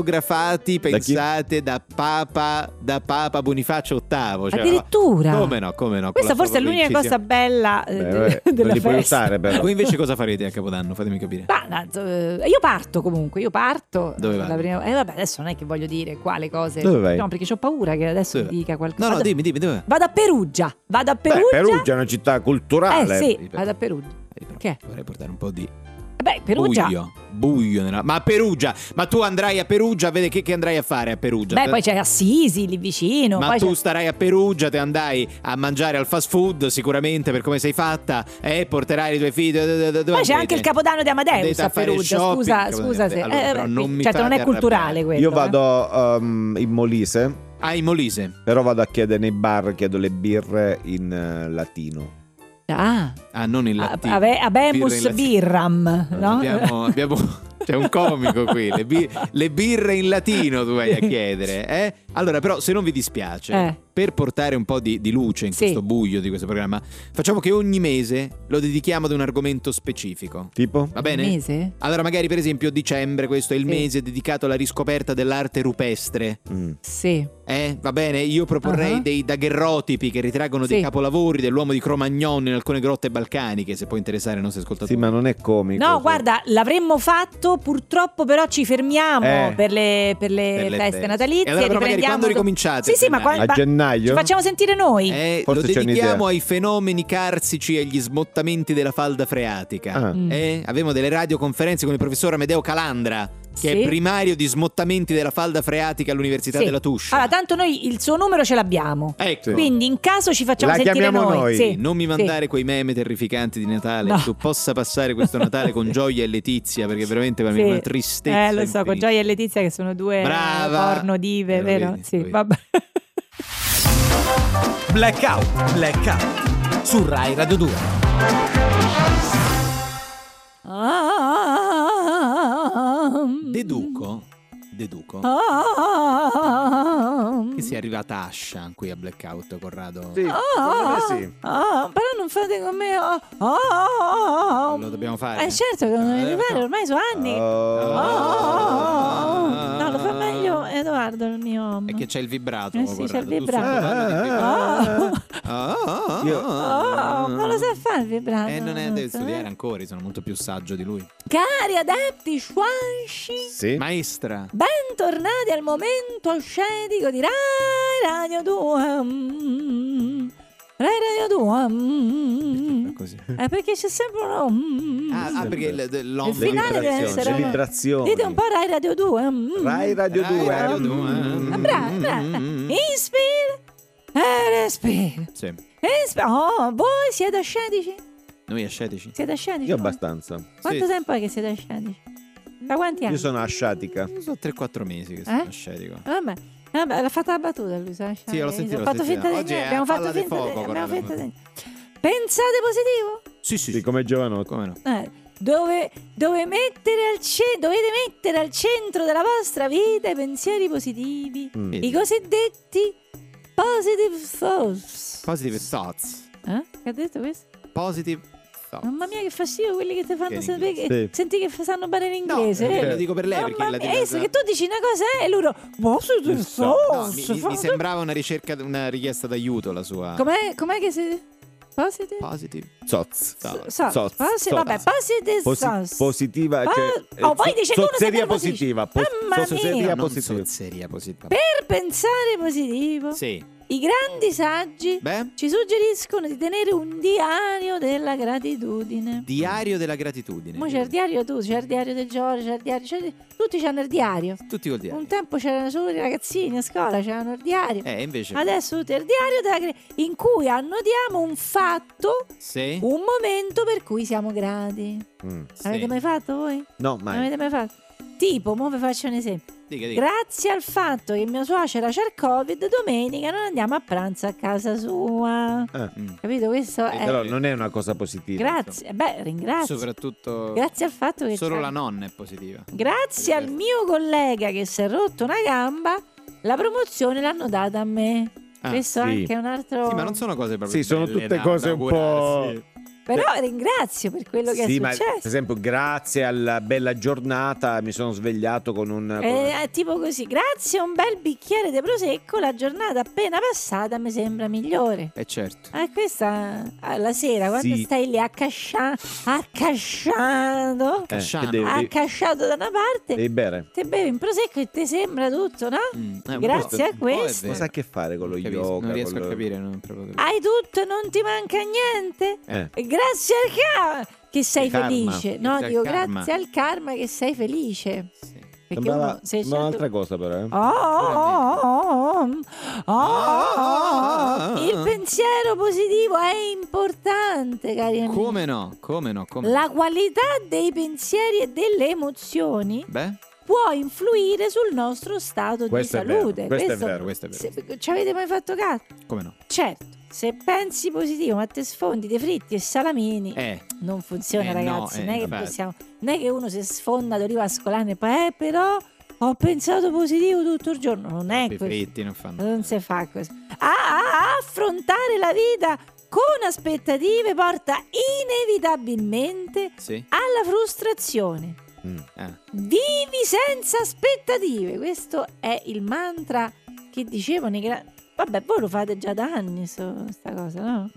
autografati,
Da chi?
pensate, da Papa, da Papa Bonifacio VIII. Cioè,
Addirittura.
Come no, come no. con
Questa
la
forse è
propria
l'unica cosa
incisione.
bella eh,
Beh,
de-
vabbè,
della
non li puoi
festa.
usare però.
Voi invece cosa farete a Capodanno? Fatemi capire.
Ma, no, z- eh, io parto comunque, io parto.
Dove
La
vai?
prima- eh, vabbè, adesso non è che voglio dire quale cose.
Dove vai?
No, perché ho paura che adesso
Dove
mi
vai?
dica qualcosa.
No, no,
vado,
dimmi, dimmi, dove?
vado a Perugia. Vado a Perugia.
Beh, Perugia è una città culturale.
Eh sì,
Ripeto.
vado a Perugia. Che?
Vorrei portare un po' di
Beh, Perugia.
buio. Buio nella- Ma a Perugia, ma tu andrai a Perugia, vedi che, che andrai a fare a Perugia?
Beh, poi c'è Assisi lì vicino.
Ma
poi
tu
c'è-
starai a Perugia, te andai a mangiare al fast food sicuramente per come sei fatta e porterai i tuoi figli.
Poi c'è anche il Capodanno di Amadeus
Andate a
a
fare
Perugia.
shopping,
scusa,
Capodanno
scusa
di Amadeus.
se. eh,
Allora,
vabbè,
non mi
certo, non è
fate
culturale
arrabbiare.
quello.
Io
eh.
vado ehm, in Molise,
Ai Ah, Molise.
però vado a chiedere nei bar, chiedo le birre in eh, latino.
Ah,
Ah, non il
a-
latino.
ave- Abemus
Birra in
Birram.
latino.
No?
Abbiamo, abbiamo- C'è un comico qui, le, bi- le birre in latino tu vai a chiedere. eh? Allora, però, se non vi dispiace,
Eh.
per portare un po' di, di luce in
Sì.
questo buio di questo programma, facciamo che ogni mese lo dedichiamo ad un argomento specifico.
Tipo?
Va bene?
Un Mese?
Allora, magari per esempio dicembre, questo è il
Sì.
mese dedicato alla riscoperta dell'arte rupestre.
Mm.
Sì.
Eh, va bene, io proporrei
Ah.
dei daguerrotipi che ritraggono dei
Sì.
capolavori dell'uomo di Cromagnon in alcune grotte balcaniche, se può interessare i nostri ascoltatori.
Sì, ma non è comico.
No,
sì.
guarda, l'avremmo fatto, purtroppo però ci fermiamo
Eh.
per le, per le
Per le
feste
feste.
natalizie.
E allora, però, magari,
riprendiamo
quando
do-
ricominciate?
Sì, sì, ma
Gennaio?
qua-
A
ma
gennaio?
Ci facciamo sentire noi.
Eh, lo
Forse c'è
dedichiamo
un'idea.
ai fenomeni carsici e agli smottamenti della falda freatica.
Ah.
Mm.
Eh, avevamo delle radioconferenze con il professor Amedeo Calandra, che
Sì.
è primario di smottamenti della falda freatica all'Università
Sì.
della Tuscia.
Allora, tanto noi il suo numero ce l'abbiamo.
ecco.
Quindi in caso ci facciamo
La
sentire
chiamiamo noi.
Sì.
Non mi
Sì.
mandare quei meme terrificanti di Natale.
No.
Tu possa passare questo Natale con gioia e letizia, perché veramente per me è
Sì.
una tristezza.
Eh, lo so, con
infinita.
Gioia e Letizia che sono due
Brava.
porno dive,
Eh, lo
vero?
vedi, lo
sì,
vedi.
vabbè.
Blackout, blackout. Su Rai Radio 2.
Deduco, deduco
Oh.
che
Che
sia arrivata Asha qui a Blackout, Corrado.
Sì,
Oh,
secondo me sì.
Ah, però non fate con me. ah, ah, ah.
Lo dobbiamo fare.
Eh certo che non
Eh,
deve
no.
fare
Ah,
Ah, ormai sono anni.
Oh.
Ah, ah, ah. No, lo ah. fa meglio Guarda il mio...
È che c'è il vibrato.
Eh sì,
guarda,
c'è il
tu stai
vibrato.
parlando
Eh,
di vibrato.
Oh,
Ah, Eh, ah,
Io-
ah,
oh, non lo sa fare il vibrato.
Eh, non è deve studiare ancora, sono molto più saggio di lui.
Cari adepti, Shuanshi,
Sì.
Maestra.
bentornati al momento scenico di Rai Radio 2. Mm. Rai Radio 2. Mm.
Così.
È perché c'è sempre uno... Mm.
Ah, ah, perché il, del-
Il
l'ombre-
finale deve essere...
le
uno-
vibrazioni.
Dite un po' Rai Radio 2. Mm. Ah,
Rai Radio
Rai
2.
Radio
Mm.
due.
Bra- bra-
Mm.
Inspira e respira.
Sì.
Inspira. Oh, voi siete ascetici?
Noi ascetici.
Siete ascetici?
Io
voi?
abbastanza.
Quanto
Sì.
tempo è che siete ascetici? Da quanti anni?
Io sono asciatica.
Non so, 3-4 mesi che sono
Eh?
ascetico.
Vabbè. Vabbè, l'ha fatta la battuta lui, sai?
Sì, l'ho sentita,
Abbiamo
l'ho
fatto
sentita.
finta di
Oggi è
niente.
a
Abbiamo fatto
palla di
finta
fuoco,
di abbiamo
guarda.
fatto di- Pensate positivo?
Sì, sì,
Sì,
sì.
come giovanotto.
Come no?
Eh, dove, dove mettere al ce- dovete mettere al centro della vostra vita i pensieri positivi,
Mm.
i cosiddetti positive thoughts.
Positive thoughts.
eh? Che ha detto questo?
Positive thoughts.
Mamma mia, che fastidio quelli che ti fanno
Che
sapere che
Sì.
senti che f- sanno bene
No,
l'inglese.
eh,
eh.
lo dico per lei perché
Mamma
la
mia,
dico-
eh, che tu dici una cosa eh, e loro positive
No, mi,
thoughts.
mi-
fa-
mi sembrava una ricerca, una richiesta d'aiuto la sua.
Com'è, com'è che si positive?
Positive
Zozz.
thoughts.
So,
Thoughts,
posi-
thoughts.
vabbè, positive
Posi-
thoughts.
positiva.
Pa-
cioè, eh,
oh, poi
zo-
dice che uno
zozzeria
sempre
positiva.
positiva. Mamma mia.
zozzeria
non
positiva.
zozzeria positiva.
Per pensare positivo,
Sì.
i grandi saggi
Beh,
ci suggeriscono di tenere un diario della gratitudine.
diario della gratitudine.
Mo c'è il diario tu, c'è il diario del Giorgio, c'è il diario. c'è- tutti c'hanno il diario.
Tutti col diario.
Un tempo c'erano solo i ragazzini a scuola, c'erano il diario.
Eh, invece.
Adesso tutti il diario della gra- in cui annotiamo un fatto,
Sì.
un momento per cui siamo grati.
Mm.
sì.
Uh, Avete mai fatto voi?
No,
Non
mai.
Avete mai fatto? Tipo, mo vi faccio un esempio.
Dica, dica.
Grazie al fatto che mio suocero c'ha il covid, domenica non andiamo a pranzo a casa sua.
Mm.
Capito? Questo
Sì,
è...
Eh, Però non è una cosa positiva.
Grazie, beh, ringrazio.
Soprattutto.
Grazie al fatto che...
Solo
c'ha-
la nonna è positiva.
Grazie al mio collega che si è rotto una gamba, la promozione l'hanno data a me.
Ah,
Questo
sì.
anche è un altro...
Sì, ma non sono cose proprio.
Sì, sono
belle
tutte
da-
cose
da
un
augurarsi.
Però ringrazio per quello che
Sì,
è
ma per
successo.
esempio, grazie alla bella giornata mi sono svegliato con un.
esatto,
con-
Eh, È tipo così, grazie a un bel bicchiere di prosecco, la giornata appena passata mi sembra migliore.
Eh, certo.
Ah, questa ah, la sera quando
Sì.
stai lì accascia- accasciato,
Eh,
Casciano.
che devi, devi-
accasciato da una parte,
devi bere.
ti bevi un prosecco e ti sembra tutto, no?
eh. Mm, eh, un
Grazie
po'
a
è- un po' è
questo.
vero.
Non sai che fare con lo
Capisco,
yoga.
Non riesco
con lo-
a capire. Non proprio capisco.
Hai tutto e non ti manca niente.
Eh.
E Grazie al karma che sei
karma.
felice. No,
Grazie al
dico
karma.
grazie al karma che sei felice.
Sì.
Perché
Sembrava,
uno se
sembrava
c'è-
un'altra cosa, però. eh.
Oh, oh, oh, oh, oh, oh, oh, oh. Il pensiero positivo è importante, cari amici.
Come no? Come no? Come
La qualità dei pensieri e delle emozioni
Beh,
può influire sul nostro stato
Questo
di
è vero,
salute.
questo è vero.
questo è vero.
se- ci avete mai fatto caso?
Come no?
Certo, se pensi positivo, ma te sfondi dei fritti e salamini,
Eh,
non funziona,
eh, no,
ragazzi.
eh,
non, è che
vabbè.
possiamo- non è che uno si sfonda d'oliva a scolane e poi, eh, però ho pensato positivo tutto il giorno. Non è
i
così.
fritti non fanno.
Non si fa così. A- a- affrontare la vita con aspettative porta inevitabilmente
Sì.
alla frustrazione.
Mm.
Eh.
Vivi senza aspettative. Questo è il mantra che dicevano i gra- Vabbè, voi lo fate già da anni, so, sta cosa, no?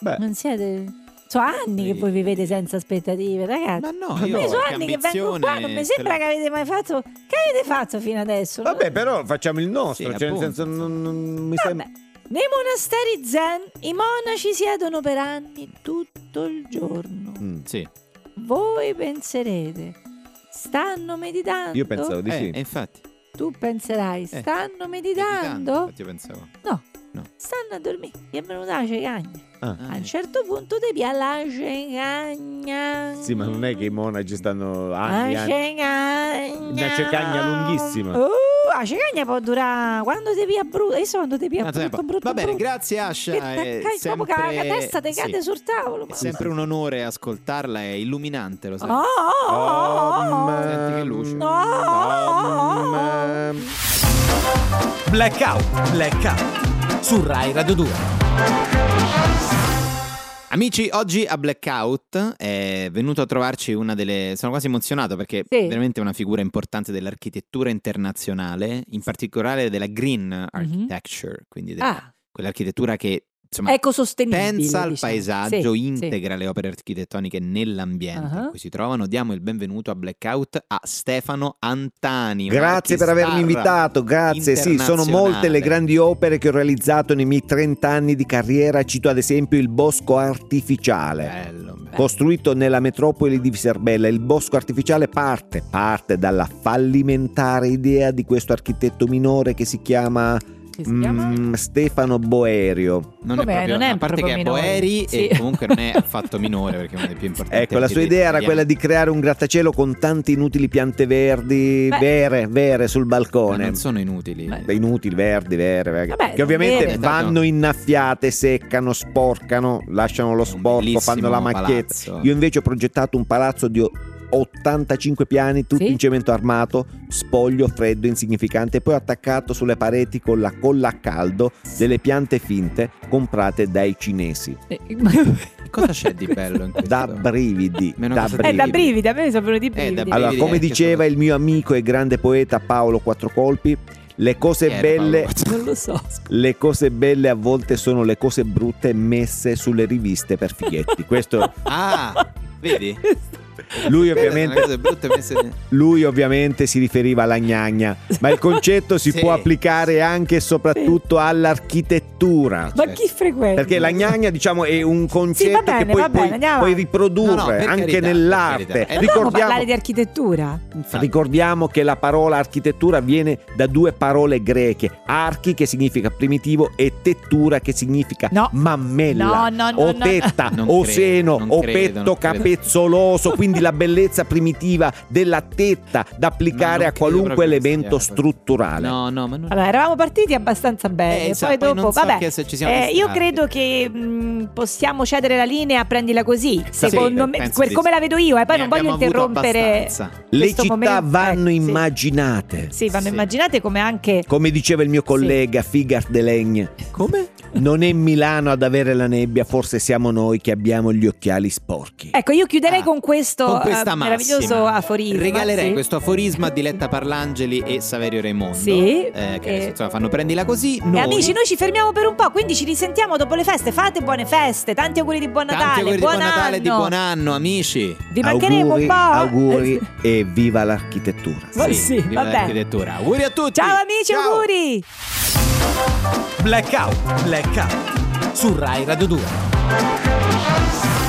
Beh.
Non siete... Sono anni che
Eh. Sì.
voi vivete senza aspettative, ragazzi.
Ma no,
Io
io
sono anni che vengo qua, non mi sembra che avete mai fatto... Che avete fatto fino adesso? Non-
Vabbè, però facciamo il nostro.
Sì,
cioè, nel
appunto,
senso, non, non mi
Vabbè.
sembra.
Nei monasteri zen i monaci siedono per anni tutto il giorno.
Mm.
Sì,
Voi penserete, stanno meditando?
Io pensavo di
eh,
sì.
e infatti.
Tu penserai, stanno meditando?
Infatti io pensavo.
Stanno a dormire. Gli è venuta la cicagna.
Ah.
A un certo punto ti piace la cicagna.
eh.
Sì, ma non è che i monaci stanno anni,
La
anni.
cicagna.
Una cicagna lunghissima.
Uh, la cicagna può durare quando ti pia brutto. Io so quando ti pia
Tanto
brutto,
tempo.
brutto.
Va bene,
brutto.
grazie Asha.
Che
è
t'accai- proprio
sempre...
che la- la testa ti
sì,
cade sul tavolo.
È
ma-
sempre un onore ascoltarla, è illuminante, lo sai.
Oh, oh, oh, oh, oh.
Senti che luce.
No, oh, oh, oh.
Om.
Blackout, blackout. Su Rai Radio 2.
Amici, oggi a Blackout è venuto a trovarci una delle... Sono quasi emozionato perché
Sì.
è veramente una figura importante dell'architettura internazionale, in particolare della green architecture, quindi della-
Mhm. Ah,
quell'architettura che insomma,
ecosostenibile.
pensa al
diciamo.
paesaggio,
Sì,
integra le opere architettoniche nell'ambiente
Ah.
in cui si trovano. Diamo il benvenuto a Blackout a Stefano Antani. un
Grazie per avermi
archistar
invitato, grazie. Sì, sono molte le
internazionale.
grandi opere che ho realizzato nei miei 30 anni di carriera. Cito ad esempio il Bosco Artificiale.
Bello,
Eh.
bello.
Costruito nella metropoli di Viserbella, il bosco artificiale parte, parte dalla fallimentare idea di questo architetto minore che si chiama,
sì. Che si chiama?
mm, Stefano Boerio.
Non
Com'è?
è proprio,
Non è
a parte
proprio
che è
minore.
Boeri
Sì.
e comunque non è affatto minore perché è uno dei più
Eh,
importanti.
Ecco, la sua
architetti
idea era quella
italiani.
di creare un grattacielo con tante inutili piante verdi,
Beh.
vere, vere sul
Ma
balcone.
Non sono inutili.
Beh,
Inutili, verdi, vere, vere.
Vabbè,
che ovviamente
vere. cioè,
vanno innaffiate, seccano, sporcano, lasciano lo
È un
sporco, fanno la
bellissimo
macchietta.
palazzo.
Io invece ho progettato un palazzo di 85 piani, tutto
Sì.
in cemento armato, spoglio, freddo, insignificante, poi attaccato sulle pareti con la colla a caldo delle piante finte comprate dai cinesi.
Eh,
Cosa c'è di bello in questo?
Da brividi,
Meno
da
cosa-
brividi.
Eh,
da brividi, a me mi sono venuti i
Eh, da
brividi.
brividi.
Allora,
Devi
come
dire,
diceva
solo-
il mio amico e grande poeta Paolo Quattrocolpi, le cose
Chi era
belle.
Paolo?
non lo so.
Le cose belle a volte sono le cose brutte messe sulle riviste per fighetti. Questo
Ah, vedi?
lui
Sono
ovviamente,
cose brutte messe-
lui ovviamente si riferiva alla gnagna, ma il concetto si
Sì.
può applicare anche e soprattutto all'architettura.
Ma
Certo.
chi frequenta?
Perché la gnagna, diciamo, è un concetto
bene,
che poi
va bene,
puoi,
andiamo
puoi
avanti.
riprodurre
No, no, per
anche
carità, per
nell'arte.
carità. Eh,
Dobbiamo
Ricordiamo,
parlare di architettura.
Infatti,
Ricordiamo che la parola architettura viene da due parole greche, archi che significa primitivo e tettura che significa
No.
mammella
No, no, no,
o
no.
tetta
Non
o
credo,
seno
non
o
credo,
petto
non credo.
capezzoloso, quindi la bellezza primitiva della tetta da applicare
non
a
credo
qualunque
proprio che
elemento
sia-
strutturale.
no, no, ma non
Vabbè, eravamo partiti abbastanza bene.
Eh, sa,
poi
poi
dopo,
non so
vabbè.
che se ci siamo
eh, io
distratti.
credo che mh, possiamo cedere la linea, prendila così.
Sì,
Secondo
beh,
me,
penso
quel-
di
come
sì.
la vedo io, eh, poi
Ne
non voglio
abbiamo avuto
interrompere.
abbastanza.
Le
questo
città
momento-
vanno
eh, sì.
immaginate.
Sì, vanno
Sì.
immaginate come anche
Come diceva il mio collega Figard Delegne,
Come?
non è Milano ad avere la nebbia, forse siamo noi che abbiamo gli occhiali sporchi.
Ecco, io chiuderei
Ah,
con questo
Con
eh,
questa
meraviglioso
massima.
aforisma.
Regalerei
sì.
questo aforisma a Diletta Parlangeli e Saverio Raimondo.
Sì.
eh, che
E-
insomma, fanno prendila così. Noi,
E amici, noi ci fermiamo per un po', quindi ci risentiamo dopo le feste. Fate buone feste, tanti auguri di buon
tanti
Natale,
auguri di
buon,
buon Natale e di
anno.
buon anno, amici.
Vi mancheremo
auguri,
un po'.
auguri e viva l'architettura.
Ma sì,
viva
vabbè.
l'architettura. Auguri a tutti.
Ciao amici,
Ciao.
auguri.
Blackout, blackout. Su Rai Radio 2.